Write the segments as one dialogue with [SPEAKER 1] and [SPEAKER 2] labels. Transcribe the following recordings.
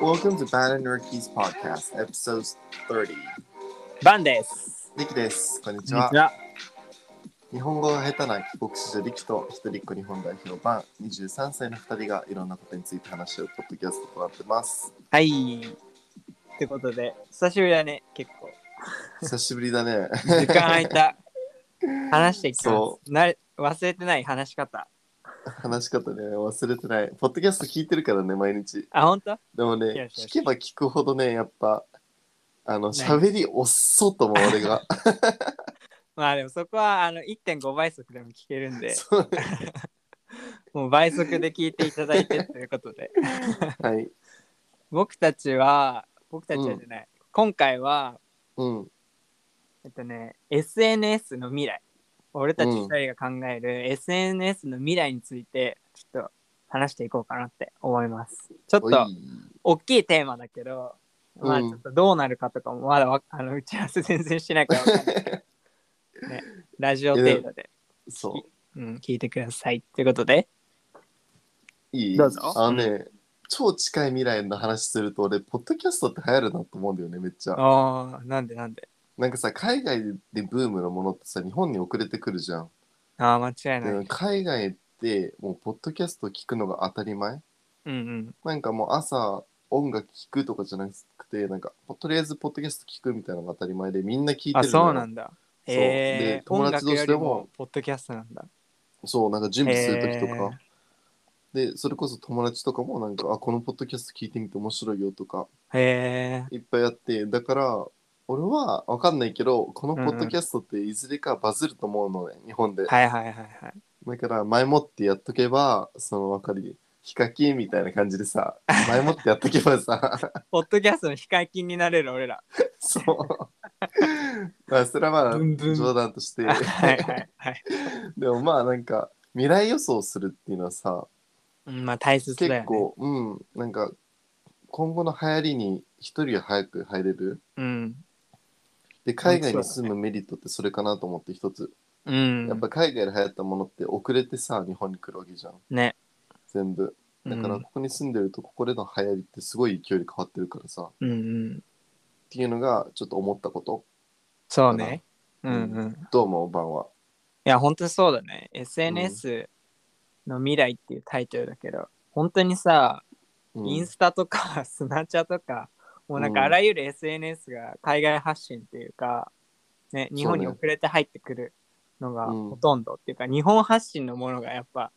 [SPEAKER 1] Welcome to Bad and Rookies Podcast, episode 30.
[SPEAKER 2] バンです。
[SPEAKER 1] リキです。こんに
[SPEAKER 2] こ
[SPEAKER 1] ちは。
[SPEAKER 2] は。
[SPEAKER 1] 日本語が下手な帰国子女リキと一人っ子日本代表版23歳の2人がいろんなことについて話し合うポッドキャストとなって ます。
[SPEAKER 2] はい。ってことで、久しぶりだね、結 構。
[SPEAKER 1] 久しぶりだね。
[SPEAKER 2] 時間空いた。話してきた
[SPEAKER 1] そ
[SPEAKER 2] なれ忘れてない話し方。
[SPEAKER 1] 話し方ね、忘れてない。ポッドキャスト聞いてるからね、毎日。
[SPEAKER 2] あ、本当？
[SPEAKER 1] でも
[SPEAKER 2] よ
[SPEAKER 1] ね、
[SPEAKER 2] しよし
[SPEAKER 1] 聞けば聞くほどね、やっぱ、あの、喋り遅っと思う、俺が。
[SPEAKER 2] まあでもそこはあの1.5倍速でも聞けるん で、
[SPEAKER 1] そう
[SPEAKER 2] もう倍速で聞いていただいてということ で。
[SPEAKER 1] はい。
[SPEAKER 2] 僕たちは、僕たちはじゃない。今回は、
[SPEAKER 1] うん。
[SPEAKER 2] えっとね、SNS の未来。俺たち二人が考える SNS の未来について、ちょっと話していこうかなって思います。ちょっ
[SPEAKER 1] お
[SPEAKER 2] と、
[SPEAKER 1] い
[SPEAKER 2] 大きいテーマだけど、まあ
[SPEAKER 1] うん
[SPEAKER 2] ちょっとどうなるかとかも、まだわあの打ち合わせ全然してないからわかんないね、ラジオ程度で、
[SPEAKER 1] そう。
[SPEAKER 2] うん、聞いてくださいってことで。
[SPEAKER 1] いい
[SPEAKER 2] どうぞ
[SPEAKER 1] あのね、超近い未来の話すると俺ポッドキャストって流行るなと思うんだよねめっちゃ
[SPEAKER 2] ああ、なんでなんで。
[SPEAKER 1] なんかさ海外でブームのものってさ日本に遅れてくるじゃん、
[SPEAKER 2] ああ、間違いない。う
[SPEAKER 1] で
[SPEAKER 2] ん
[SPEAKER 1] 海外ってもうポッドキャスト聞くのが当たり前
[SPEAKER 2] うん。
[SPEAKER 1] なんかもう朝音楽聞くとかじゃなくてなんかとりあえずポッドキャスト聞くみたいなのが当たり前でみんな聞いて
[SPEAKER 2] あ、
[SPEAKER 1] るのよ
[SPEAKER 2] そうなんだ。
[SPEAKER 1] そう
[SPEAKER 2] え
[SPEAKER 1] で
[SPEAKER 2] ー、音
[SPEAKER 1] 友達
[SPEAKER 2] 楽
[SPEAKER 1] 同士
[SPEAKER 2] よ
[SPEAKER 1] で
[SPEAKER 2] り
[SPEAKER 1] も
[SPEAKER 2] も、ポッドキャストなんだ。
[SPEAKER 1] そうなんか準備する時とか、
[SPEAKER 2] へー
[SPEAKER 1] でそれこそ友達とかもなんかあこのポッドキャスト聞いてみて面白いよとか
[SPEAKER 2] へえ
[SPEAKER 1] いっぱいあってだから俺は分かんないけどこのポッドキャストっていずれかバズると思うのね、日本で、
[SPEAKER 2] ー、はいはいはいはい。
[SPEAKER 1] だから前もってやっとけばその分かりヒカキンみたいな感じでさ前もってやっとけばさ
[SPEAKER 2] ポッドキャストの非解禁になれる 俺ら。
[SPEAKER 1] そうまあそれはまあ
[SPEAKER 2] ブンブン
[SPEAKER 1] 冗談として
[SPEAKER 2] はいはいはい。
[SPEAKER 1] でもまあなんか未来予想するっていうのはさ
[SPEAKER 2] うんまあ大切だよ
[SPEAKER 1] 結
[SPEAKER 2] ね。
[SPEAKER 1] 構、うんなんか今後の流行りに一人は早く入れる
[SPEAKER 2] うん。
[SPEAKER 1] で海外に住むメリットってそれかなと思って一つ
[SPEAKER 2] うん。
[SPEAKER 1] やっぱ海外で流行ったものって遅れてさ日本に来るわけじゃん
[SPEAKER 2] ね。
[SPEAKER 1] 全部だから
[SPEAKER 2] うん
[SPEAKER 1] ここに住んでるとここでの流行りってすごい勢いで変わってるからさっ
[SPEAKER 2] うんうん。
[SPEAKER 1] ていうのがちょっと思ったこと
[SPEAKER 2] そうね。う
[SPEAKER 1] だ
[SPEAKER 2] ん
[SPEAKER 1] な
[SPEAKER 2] うん。い
[SPEAKER 1] どうもばんは
[SPEAKER 2] や、本当にそうだね。SNS の未来っていうタイトルだけど、本当にさ、
[SPEAKER 1] うん
[SPEAKER 2] インスタとか スナチャとか、もうなんかあらゆる SNS が海外発信っていうか、ね、日本に
[SPEAKER 1] そうね
[SPEAKER 2] 遅れて入ってくるのが
[SPEAKER 1] うん
[SPEAKER 2] ほとんどっていうか、日本発信のものがやっぱ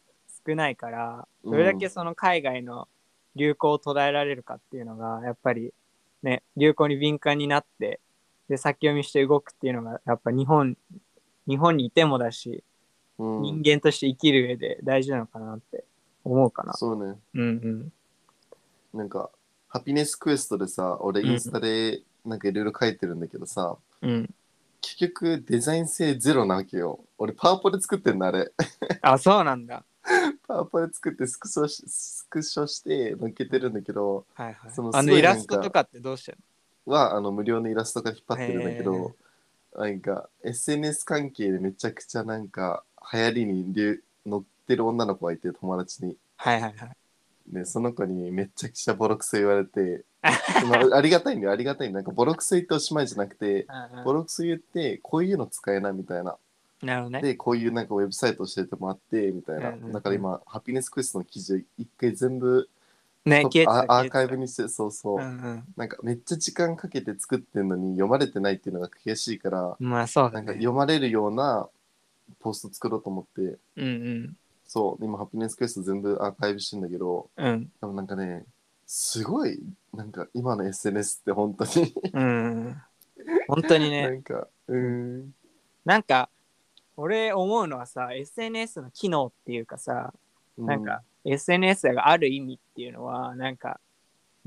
[SPEAKER 2] 少ないから、どれだけその海外の流行を捉えられるかっていうのが、やっぱりね、流行に敏感になって、で、先読みして動くっていうのが、やっぱ日本、日本にいてもだし、
[SPEAKER 1] うん
[SPEAKER 2] 人間として生きる上で大事なのかなって思うかな。
[SPEAKER 1] そうね
[SPEAKER 2] うんうん。
[SPEAKER 1] なんかハピネスクエストでさ俺
[SPEAKER 2] うん
[SPEAKER 1] インスタでなんかいろいろ書いてるんだけどさ、
[SPEAKER 2] うん。
[SPEAKER 1] 結局デザイン性ゼロなわけよ俺パワポで作ってんのあれ
[SPEAKER 2] あ、そうなんだ。
[SPEAKER 1] パワポで作ってスクショしスクショして載っけてるんだけど、
[SPEAKER 2] はいはい
[SPEAKER 1] そ。の
[SPEAKER 2] あ
[SPEAKER 1] す
[SPEAKER 2] の
[SPEAKER 1] ごい
[SPEAKER 2] イ
[SPEAKER 1] なん
[SPEAKER 2] ラ
[SPEAKER 1] か
[SPEAKER 2] ストとかってどうしてる
[SPEAKER 1] はあの無料のイラストが引っ張ってるんだけど、なんか SNS 関係でめちゃくちゃなんか流行りに流乗ってる女の子がいて友達に。
[SPEAKER 2] はいはいはい。
[SPEAKER 1] でその子にめちゃくちゃボロクソ言われて、ま あ、ありがたいんだよありがたいんだよなんかボロクソ言っておしまいじゃなくてボロクソ言ってこういうの使えなみたいな
[SPEAKER 2] なるほどね。
[SPEAKER 1] でこういうなんかウェブサイト教えてもらってみたいな
[SPEAKER 2] うんうんうん
[SPEAKER 1] だから今ハピネスクエストの記事を一回全部
[SPEAKER 2] ね、
[SPEAKER 1] ト
[SPEAKER 2] 消え
[SPEAKER 1] ッ
[SPEAKER 2] て
[SPEAKER 1] プ
[SPEAKER 2] た
[SPEAKER 1] あアーカイブ
[SPEAKER 2] 消えて
[SPEAKER 1] にしてそうそう、
[SPEAKER 2] たうん
[SPEAKER 1] なんかめっちゃ時間かけて作ってんのに読まれてないっていうのが悔しいから
[SPEAKER 2] うん。まあそう
[SPEAKER 1] な
[SPEAKER 2] だ
[SPEAKER 1] んか
[SPEAKER 2] ね。
[SPEAKER 1] 読まれるようなポスト作ろうと思って
[SPEAKER 2] うんうん。
[SPEAKER 1] そう今ハピネスクエスト全部アーカイブしてんだけど
[SPEAKER 2] うん。
[SPEAKER 1] でもなんかねすごいなんか今の SNS って本当に
[SPEAKER 2] うん。本当に ね
[SPEAKER 1] な。んかうーん
[SPEAKER 2] なんか、俺思うのはさ、SNS の機能っていうかさ、なんか、SNS がある意味っていうのは、なんか、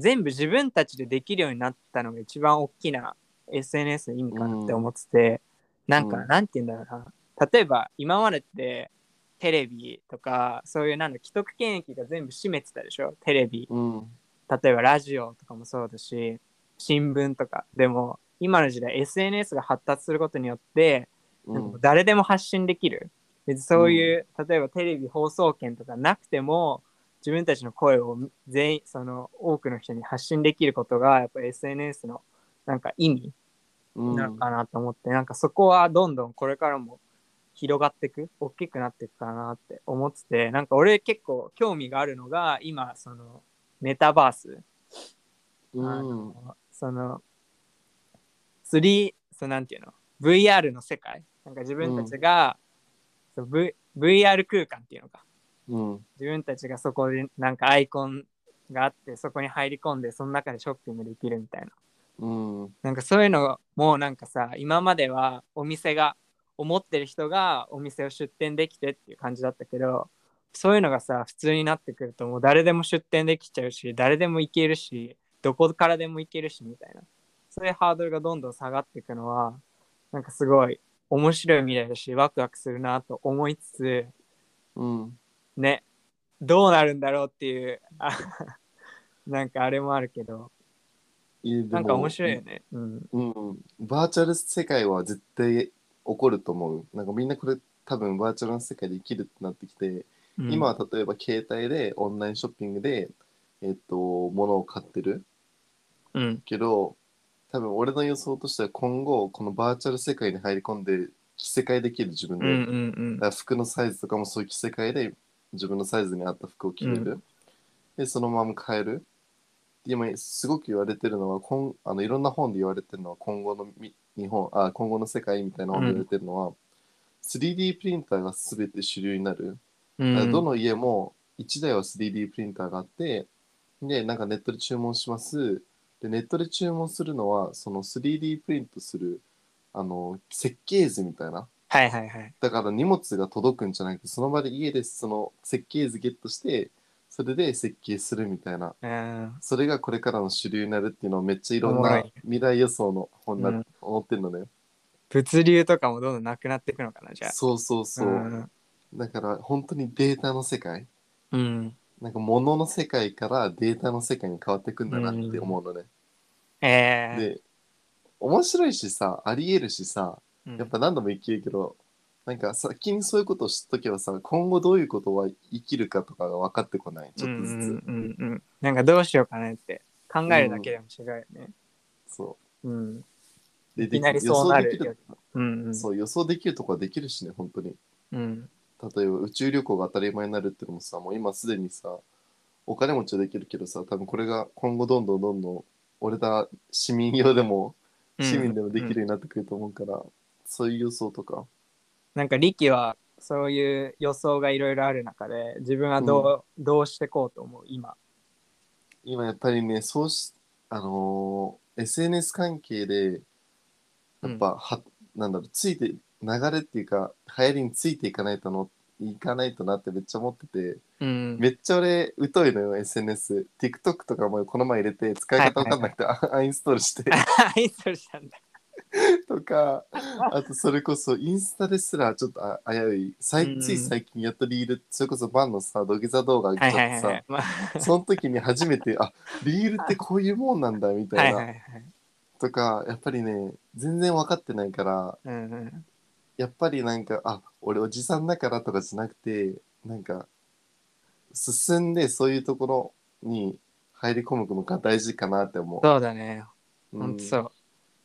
[SPEAKER 2] 全部自分たちでできるようになったのが一番大きな SNS の意味かなって思ってて、なんか、
[SPEAKER 1] うん
[SPEAKER 2] なんて言うんだろうな。例えば、今までって、テレビとか、そういうなんだ、既得権益が全部占めてたでしょテレビ、
[SPEAKER 1] うん、うん
[SPEAKER 2] 例えばラジオとかもそうだし新聞とかでも今の時代 SNS が発達することによって、
[SPEAKER 1] うん
[SPEAKER 2] 誰でも発信できる別にそういう、例えばテレビ放送権とかなくても自分たちの声を全員その多くの人に発信できることがやっぱ SNS のなんか意味
[SPEAKER 1] うん
[SPEAKER 2] なのかなと思って、なんかそこはどんどんこれからも広がっていく大きくなっていくかなって思っててなんか俺結構興味があるのが今そのメタバースあ
[SPEAKER 1] うん
[SPEAKER 2] のその3そのなんていうの VR の世界なんか自分たちが、そう v VR 空間っていうのか
[SPEAKER 1] うん
[SPEAKER 2] 自分たちがそこでなんかアイコンがあってそこに入り込んでその中でショッピングできるみたいな
[SPEAKER 1] うん
[SPEAKER 2] なんかそういうのもなんかさ今まではお店が思ってる人がお店を出店できてっていう感じだったけどそういうのがさ普通になってくるともう誰でも出店できちゃうし誰でも行けるしどこからでも行けるしみたいなそういうハードルがどんどん下がっていくのはなんかすごい面白い未来だしワクワクするなと思いつつ
[SPEAKER 1] うん
[SPEAKER 2] ねどうなるんだろうっていうあ なんかあれもあるけど
[SPEAKER 1] いやでも
[SPEAKER 2] なんか面白いよねうん
[SPEAKER 1] うん、バーチャル世界は絶対起こると思う。なんかみんなこれ多分バーチャルの世界で生きるってなってきて、
[SPEAKER 2] うん
[SPEAKER 1] 今は例えば携帯でオンラインショッピングで、えっと、物を買ってる
[SPEAKER 2] うん
[SPEAKER 1] けど、多分俺の予想としては今後、このバーチャル世界に入り込んで、着せ替えできる自分
[SPEAKER 2] う
[SPEAKER 1] で、
[SPEAKER 2] んうん
[SPEAKER 1] だから服のサイズとかもそういう着せ替えで自分のサイズに合った服を着れる、
[SPEAKER 2] う
[SPEAKER 1] でそのまま買える今すごく言われてるのはこんあのいろんな本で言われてるのは今後のみ日本あ今後の世界みたいな本で言われてるのは、3D プリンターが全て主流になる、
[SPEAKER 2] うん
[SPEAKER 1] だから
[SPEAKER 2] うん
[SPEAKER 1] どの家も1台は 3D プリンターがあってでなんかネットで注文しますでネットで注文するのはその 3D プリントするあの設計図みたいな
[SPEAKER 2] はいはいはい
[SPEAKER 1] だから荷物が届くんじゃなくてその場で家でその設計図ゲットしてそれで設計するみたいな
[SPEAKER 2] うん
[SPEAKER 1] それがこれからの主流になるっていうのはめっちゃいろん
[SPEAKER 2] は
[SPEAKER 1] ない未来予想の本だ
[SPEAKER 2] うん
[SPEAKER 1] 思ってるのね、
[SPEAKER 2] 物流とかもどんどんなくなっていくのかなじゃあ
[SPEAKER 1] そうそうそう、
[SPEAKER 2] うん
[SPEAKER 1] だから本当にデータの世界
[SPEAKER 2] うん
[SPEAKER 1] なんか物の世界からデータの世界に変わってくんだなって思うのね、
[SPEAKER 2] えー
[SPEAKER 1] で面白いしさありえるしさ
[SPEAKER 2] うん
[SPEAKER 1] やっぱ何度も生きるけどなんか先にそういうことを知っとけばさ今後どういうことは生きるかとかが分かってこないちょっとずつ、
[SPEAKER 2] うんうんうんうんなんかどうしようかなって考えるだけでも違うよね
[SPEAKER 1] そう
[SPEAKER 2] うん
[SPEAKER 1] で
[SPEAKER 2] いきなり
[SPEAKER 1] でき予
[SPEAKER 2] そう
[SPEAKER 1] 想
[SPEAKER 2] な
[SPEAKER 1] で
[SPEAKER 2] る
[SPEAKER 1] きる、
[SPEAKER 2] うんうん
[SPEAKER 1] そう予想できるとこはできるしね本当に
[SPEAKER 2] うん
[SPEAKER 1] 例えば宇宙旅行が当たり前になるってのもさもう今すでにさお金持ちはできるけどさ多分これが今後どんどんどんどん俺ら市民用でも市民でもできるようになってくると思うから、そういう予想とか
[SPEAKER 2] なんか力はそういう予想がいろいろある中で自分はどう,、どうしてこうと思う今。
[SPEAKER 1] 今やっぱりねそうしあのー SNS 関係でやっぱ、はなんだろうついて流れっていうか流行りについていかないとのいかないとなってめっちゃ思ってて、
[SPEAKER 2] うん
[SPEAKER 1] めっちゃ俺疎いのよ SNS TikTok とかもこの前入れて使い方わかんなくてあアンインストールして
[SPEAKER 2] アインストールしたんだ。
[SPEAKER 1] とかあとそれこそインスタですらちょっとあ危ういさ
[SPEAKER 2] うんう
[SPEAKER 1] い
[SPEAKER 2] ん
[SPEAKER 1] つい最近やっとリールそれこそバンのさ土下座動画上
[SPEAKER 2] は
[SPEAKER 1] げ
[SPEAKER 2] い
[SPEAKER 1] ちゃ
[SPEAKER 2] は
[SPEAKER 1] っ
[SPEAKER 2] い
[SPEAKER 1] て
[SPEAKER 2] はい
[SPEAKER 1] さ。
[SPEAKER 2] まあ
[SPEAKER 1] その時に初めてあリールってこういうもんなんだみた
[SPEAKER 2] はいいはいは。
[SPEAKER 1] ないとかやっぱりね全然分かってないから
[SPEAKER 2] うんうん
[SPEAKER 1] やっぱりなんかあ俺おじさんだからとかじゃなくてなんか進んでそういうところに入り込むのが大事かなって思う。
[SPEAKER 2] そうだね。
[SPEAKER 1] う
[SPEAKER 2] ほん
[SPEAKER 1] ん
[SPEAKER 2] とそう。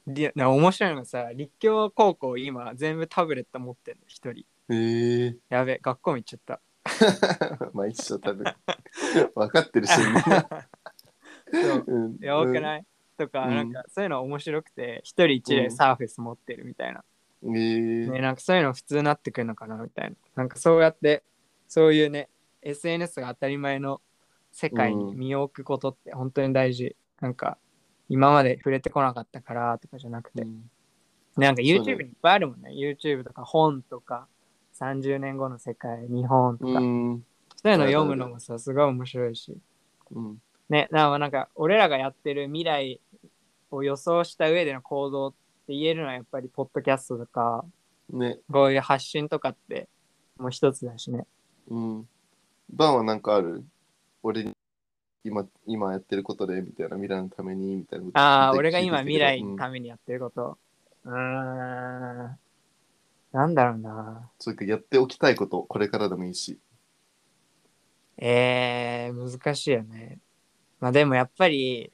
[SPEAKER 2] りな面白いのがさ、立教高校今全部タブレット持ってんの、一人。
[SPEAKER 1] へえ
[SPEAKER 2] やべ、学校も行っ ちゃった。
[SPEAKER 1] まあ一緒多分 分かってるしみんな。
[SPEAKER 2] そう
[SPEAKER 1] うん
[SPEAKER 2] やばくない、とか、
[SPEAKER 1] うん
[SPEAKER 2] なんかそういうの面白くて、一人一
[SPEAKER 1] う
[SPEAKER 2] 台
[SPEAKER 1] ん
[SPEAKER 2] サーフェス持ってるみたいな。
[SPEAKER 1] うんへえ
[SPEAKER 2] ね、なんかそういうの普通になってくるのかなみたいな。なんかそうやって、そういうね、SNS が当たり前の世界に身を置くことって本当に大事。なんか、今まで触れてこなかったからとかじゃなくて、
[SPEAKER 1] うん
[SPEAKER 2] なん
[SPEAKER 1] そ
[SPEAKER 2] か
[SPEAKER 1] う
[SPEAKER 2] YouTube
[SPEAKER 1] ね
[SPEAKER 2] にいっぱいあるもんね。YouTube とか本とか、30年後の世界、日本とか、
[SPEAKER 1] うん
[SPEAKER 2] そういうの読むのもさ、すごい面白いし。
[SPEAKER 1] うん
[SPEAKER 2] ね、なんかなんか俺らがやってる未来を予想した上での行動って言えるのはやっぱり、ポッドキャストとか、
[SPEAKER 1] ね
[SPEAKER 2] こういう発信とかってもう一つだしね。
[SPEAKER 1] うん。バンはなんかある俺に今今やってることでみたいな未来のためにみたいなこと
[SPEAKER 2] ああ、
[SPEAKER 1] 聞い
[SPEAKER 2] 俺
[SPEAKER 1] て
[SPEAKER 2] が
[SPEAKER 1] 聞いてき
[SPEAKER 2] 今
[SPEAKER 1] たけど
[SPEAKER 2] 未来
[SPEAKER 1] うん
[SPEAKER 2] のためにやってること。うーん。なんだろうな。
[SPEAKER 1] それかやっておきたいことこれからでもいいし
[SPEAKER 2] えー、難しいよね。まあでもやっぱり、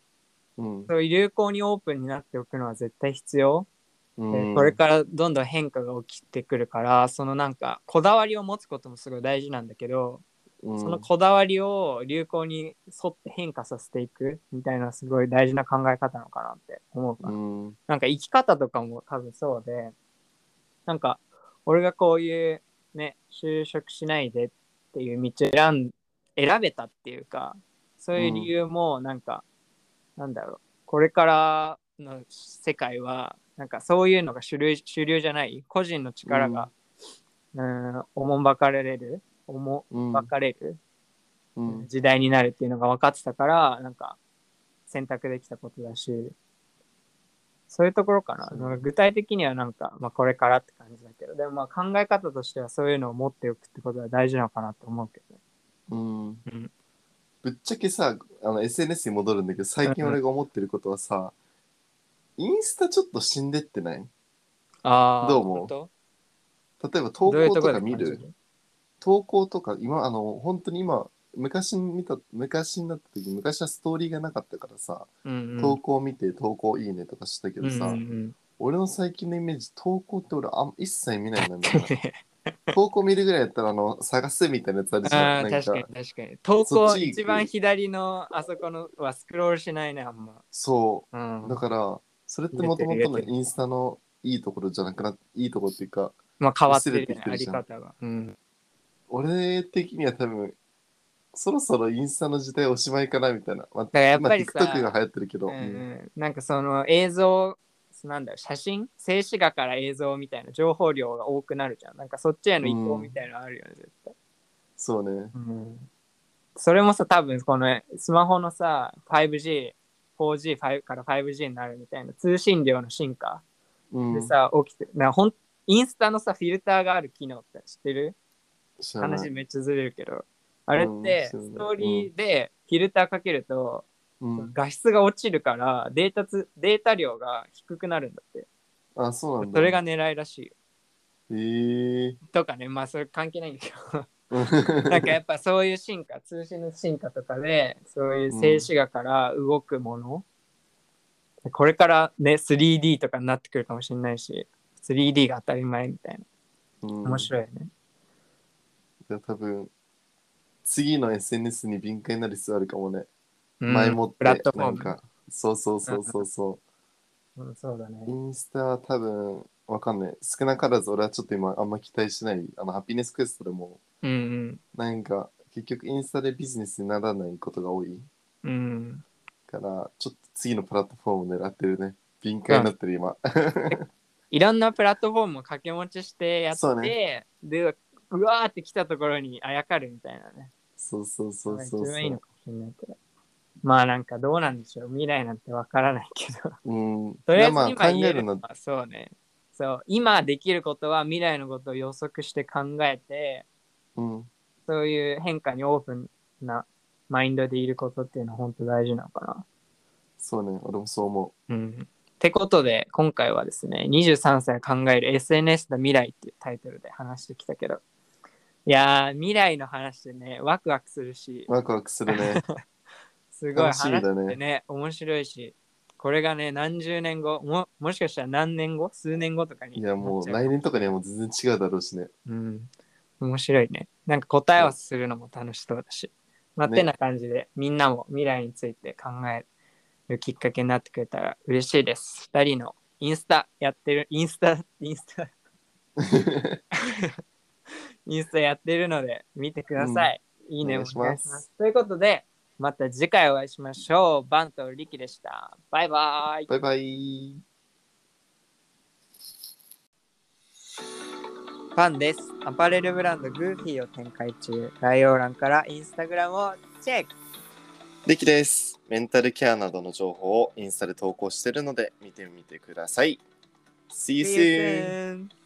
[SPEAKER 1] うん。
[SPEAKER 2] そういう流行にオープンになっておくのは絶対必要。
[SPEAKER 1] うん
[SPEAKER 2] でこれからどんどん変化が起きてくるから、そのなんかこだわりを持つこともすごい大事なんだけど、
[SPEAKER 1] うん
[SPEAKER 2] そのこだわりを流行に沿って変化させていくみたいなすごい大事な考え方なのかなって思うから、
[SPEAKER 1] うん。
[SPEAKER 2] なんか生き方とかも多分そうで、なんか俺がこういうね、就職しないでっていう道を選ん選べたっていうか、そういう理由もなんか、なんだろう、これからの世界は、なんかそういうのが主流主流じゃない、個人の力が、うん、おもんばかれる、おも
[SPEAKER 1] うん
[SPEAKER 2] んばかれる、
[SPEAKER 1] うん
[SPEAKER 2] 時代になるっていうのが分かってたから、なんか選択できたことだし、そういうところかな。
[SPEAKER 1] そう
[SPEAKER 2] なんか具体的にはなんか、まあこれからって感じだけど、でもまあ考え方としてはそういうのを持っておくってことは大事なのかなと思うけどね。
[SPEAKER 1] うん
[SPEAKER 2] うん
[SPEAKER 1] ぶっちゃけさあの SNS に戻るんだけど最近
[SPEAKER 2] うんうん
[SPEAKER 1] 俺が思ってることはさ、インスタちょっと死んでってない
[SPEAKER 2] あ
[SPEAKER 1] ーどう思う
[SPEAKER 2] ど
[SPEAKER 1] 例えば投
[SPEAKER 2] ういう
[SPEAKER 1] 稿と
[SPEAKER 2] ところ
[SPEAKER 1] か見る投稿とか今あの本当に今昔に見た昔になった時昔はストーリーがなかったからさ、
[SPEAKER 2] うんうん、
[SPEAKER 1] 投稿見て投稿いいねとかしてたけどさ、
[SPEAKER 2] うん うん
[SPEAKER 1] 俺の最近のイメージ投稿って俺あん一切見ないんだみ
[SPEAKER 2] う
[SPEAKER 1] た
[SPEAKER 2] ん
[SPEAKER 1] い な投稿見るぐらいやったらあの探すみたいなやつあるじゃ
[SPEAKER 2] あ
[SPEAKER 1] んな
[SPEAKER 2] ー
[SPEAKER 1] ん
[SPEAKER 2] 確か
[SPEAKER 1] か
[SPEAKER 2] に確かに。投
[SPEAKER 1] そ
[SPEAKER 2] 稿
[SPEAKER 1] っち行く
[SPEAKER 2] 一番左のあそこのはスクロールしないね、あんま。
[SPEAKER 1] そう
[SPEAKER 2] うん、
[SPEAKER 1] だから、それってもともとのインスタのいいところじゃなくな、いいところっていうか、
[SPEAKER 2] まあ変わってるよ
[SPEAKER 1] 薄れて、
[SPEAKER 2] ね
[SPEAKER 1] きて
[SPEAKER 2] あ
[SPEAKER 1] る
[SPEAKER 2] り
[SPEAKER 1] じゃん
[SPEAKER 2] 方が。うん、
[SPEAKER 1] 俺的には多分、そろそろインスタの時代おしまいかなみたいな。まあ、
[SPEAKER 2] だからやっぱりさ
[SPEAKER 1] 今 TikTok が流行ってるけど、
[SPEAKER 2] うん
[SPEAKER 1] うん
[SPEAKER 2] うんなんかその映像なんだろう写真静止画から映像みたいな情報量が多くなるじゃんなんかそっちへの移行みたいなのあるよね、絶対、
[SPEAKER 1] そうね。
[SPEAKER 2] それもさ多分このスマホのさ 5G4G から 5G になるみたいな通信量の進化
[SPEAKER 1] うん、
[SPEAKER 2] でさ、起きてるなほんインスタのさフィルターがある機能って知ってる
[SPEAKER 1] 知らない
[SPEAKER 2] 話めっちゃずれるけどあれって
[SPEAKER 1] うん
[SPEAKER 2] ストーリーでフィルターかけると、
[SPEAKER 1] うん、
[SPEAKER 2] 画質が落ちるからデータつデータ量が低くなるんだって
[SPEAKER 1] あ、そうなんだ。
[SPEAKER 2] それが狙いらしいよ
[SPEAKER 1] えー。
[SPEAKER 2] とかねまあそれ関係ない んだけ
[SPEAKER 1] うん
[SPEAKER 2] どなんかやっぱそういう進化通信の進化とかでそういう静止画から動くもの、これからね 3D とかになってくるかもしれないし 3D が当たり前みたいな面
[SPEAKER 1] い。
[SPEAKER 2] 白いよね、
[SPEAKER 1] じゃあ多分、次の SNS に敏感になる必要あるかもね。
[SPEAKER 2] うん
[SPEAKER 1] 前もって、
[SPEAKER 2] プラットフォ
[SPEAKER 1] な
[SPEAKER 2] ー
[SPEAKER 1] ん
[SPEAKER 2] ム
[SPEAKER 1] か、そうそうそうそうそう。
[SPEAKER 2] うん、そうだね
[SPEAKER 1] インスタは多分わかんない少なからず俺はちょっと今あんま期待しないあのハピネスクエストでも
[SPEAKER 2] うん
[SPEAKER 1] なんか結局インスタでビジネスにならないことが多い
[SPEAKER 2] うんうん
[SPEAKER 1] からちょっと次のプラットフォームを狙ってるね敏感になってる今、
[SPEAKER 2] いろんなプラットフォームを掛け持ちしてやって
[SPEAKER 1] そう
[SPEAKER 2] でうわーって来たところにあやかるみたいなね
[SPEAKER 1] そうそうそう
[SPEAKER 2] 一
[SPEAKER 1] そうそ
[SPEAKER 2] 番いいの
[SPEAKER 1] う
[SPEAKER 2] かもしれないけど。まあなんかどうなんでしょう。未来なんてわからないけど。
[SPEAKER 1] うん
[SPEAKER 2] とりあえず
[SPEAKER 1] まあ
[SPEAKER 2] 今
[SPEAKER 1] 考
[SPEAKER 2] 言え
[SPEAKER 1] え
[SPEAKER 2] る
[SPEAKER 1] る
[SPEAKER 2] の
[SPEAKER 1] の
[SPEAKER 2] はそうね。そう。今できることは未来のことを予測して考えて、
[SPEAKER 1] うん
[SPEAKER 2] そういう変化にオープンなマインドでいることっていうのは本当大事なのか
[SPEAKER 1] そうね俺もそう思
[SPEAKER 2] な。うん。ってことで、今回はですね、23歳が考える SNS の未来っていうタイトルで話してきたけど、いやー、未来の話でね、ワクワクするし
[SPEAKER 1] う、ワクワクす るね
[SPEAKER 2] すごい
[SPEAKER 1] 楽
[SPEAKER 2] 話
[SPEAKER 1] しみだね
[SPEAKER 2] ってね、面白いし、これがね、何十年後、ももしかしたら何年後、数年後とかに。
[SPEAKER 1] いやもう
[SPEAKER 2] なっちゃ
[SPEAKER 1] 来年とかにはもう全然違うだろうしね
[SPEAKER 2] うん。面白いね。なんか答え合わせするのも楽しそうだし。まあ、
[SPEAKER 1] ね
[SPEAKER 2] てな感じで、みんなも未来について考えるきっかけになってくれたら嬉しいです。二人のインスタやってる、インスタ、インスタ、インスタやってるので見てください。いいね
[SPEAKER 1] お
[SPEAKER 2] お願
[SPEAKER 1] 願
[SPEAKER 2] い
[SPEAKER 1] い
[SPEAKER 2] し
[SPEAKER 1] し
[SPEAKER 2] ま
[SPEAKER 1] ますす
[SPEAKER 2] ということで、また次回お会いしましょう。バンとリキでした。バイバイ。
[SPEAKER 1] バイバイ
[SPEAKER 2] ファンです。アパレルブランドグーフィーを展開中。概要欄からインスタグラムをチェック。
[SPEAKER 1] リキです。メンタルケアなどの情報をインスタで投稿しているので見てみてください。See you soon!
[SPEAKER 2] See you soon.